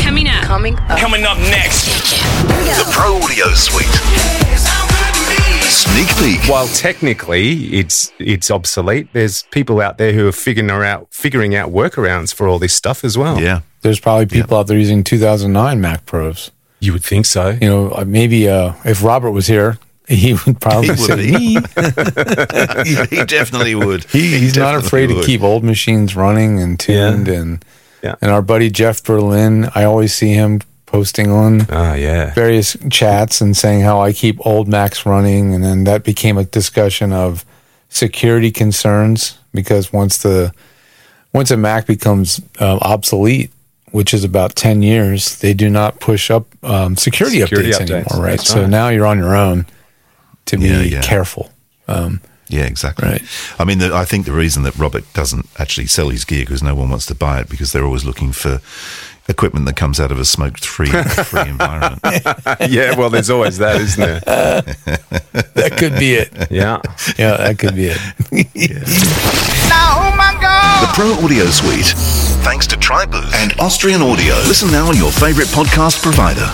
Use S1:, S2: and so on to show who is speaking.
S1: coming up.
S2: Coming up next.
S3: The Pro Audio Suite. Sneak peek.
S4: While technically it's it's obsolete, there's people out there who are figuring out figuring out workarounds for all this stuff as well.
S3: Yeah.
S5: There's probably people out there using 2009 Mac Pros.
S4: you would think so.
S5: You know, uh, maybe uh, if Robert was here, he would probably
S3: He would
S5: say,
S3: be. he definitely would.
S5: He, he's not afraid to keep old machines running and tuned and
S4: Yeah.
S5: and our buddy Jeff Berlin, I always see him posting on
S4: Oh yeah.
S5: various chats and saying how I keep old Macs running and then that became a discussion of security concerns because once the once a Mac becomes uh, obsolete, which is about 10 years, they do not push up um, security,
S4: Security
S5: updates,
S4: updates,
S5: anymore, right?
S4: that's
S5: So
S4: right.
S5: now you're on your own to be
S3: Yeah, yeah.
S5: careful.
S3: Yeah, exactly.
S5: Right.
S3: I mean, the, I think the reason that Robert doesn't actually sell his gear because no one wants to buy it because they're always looking for equipment that comes out of a smoke-free free environment.
S4: yeah, well there's always that, isn't there?
S5: That could be it.
S4: Yeah.
S5: Yeah, that could be it.
S3: The Pro Audio Suite. Thanks to TriBoost and Austrian Audio. Listen now on your favorite podcast provider.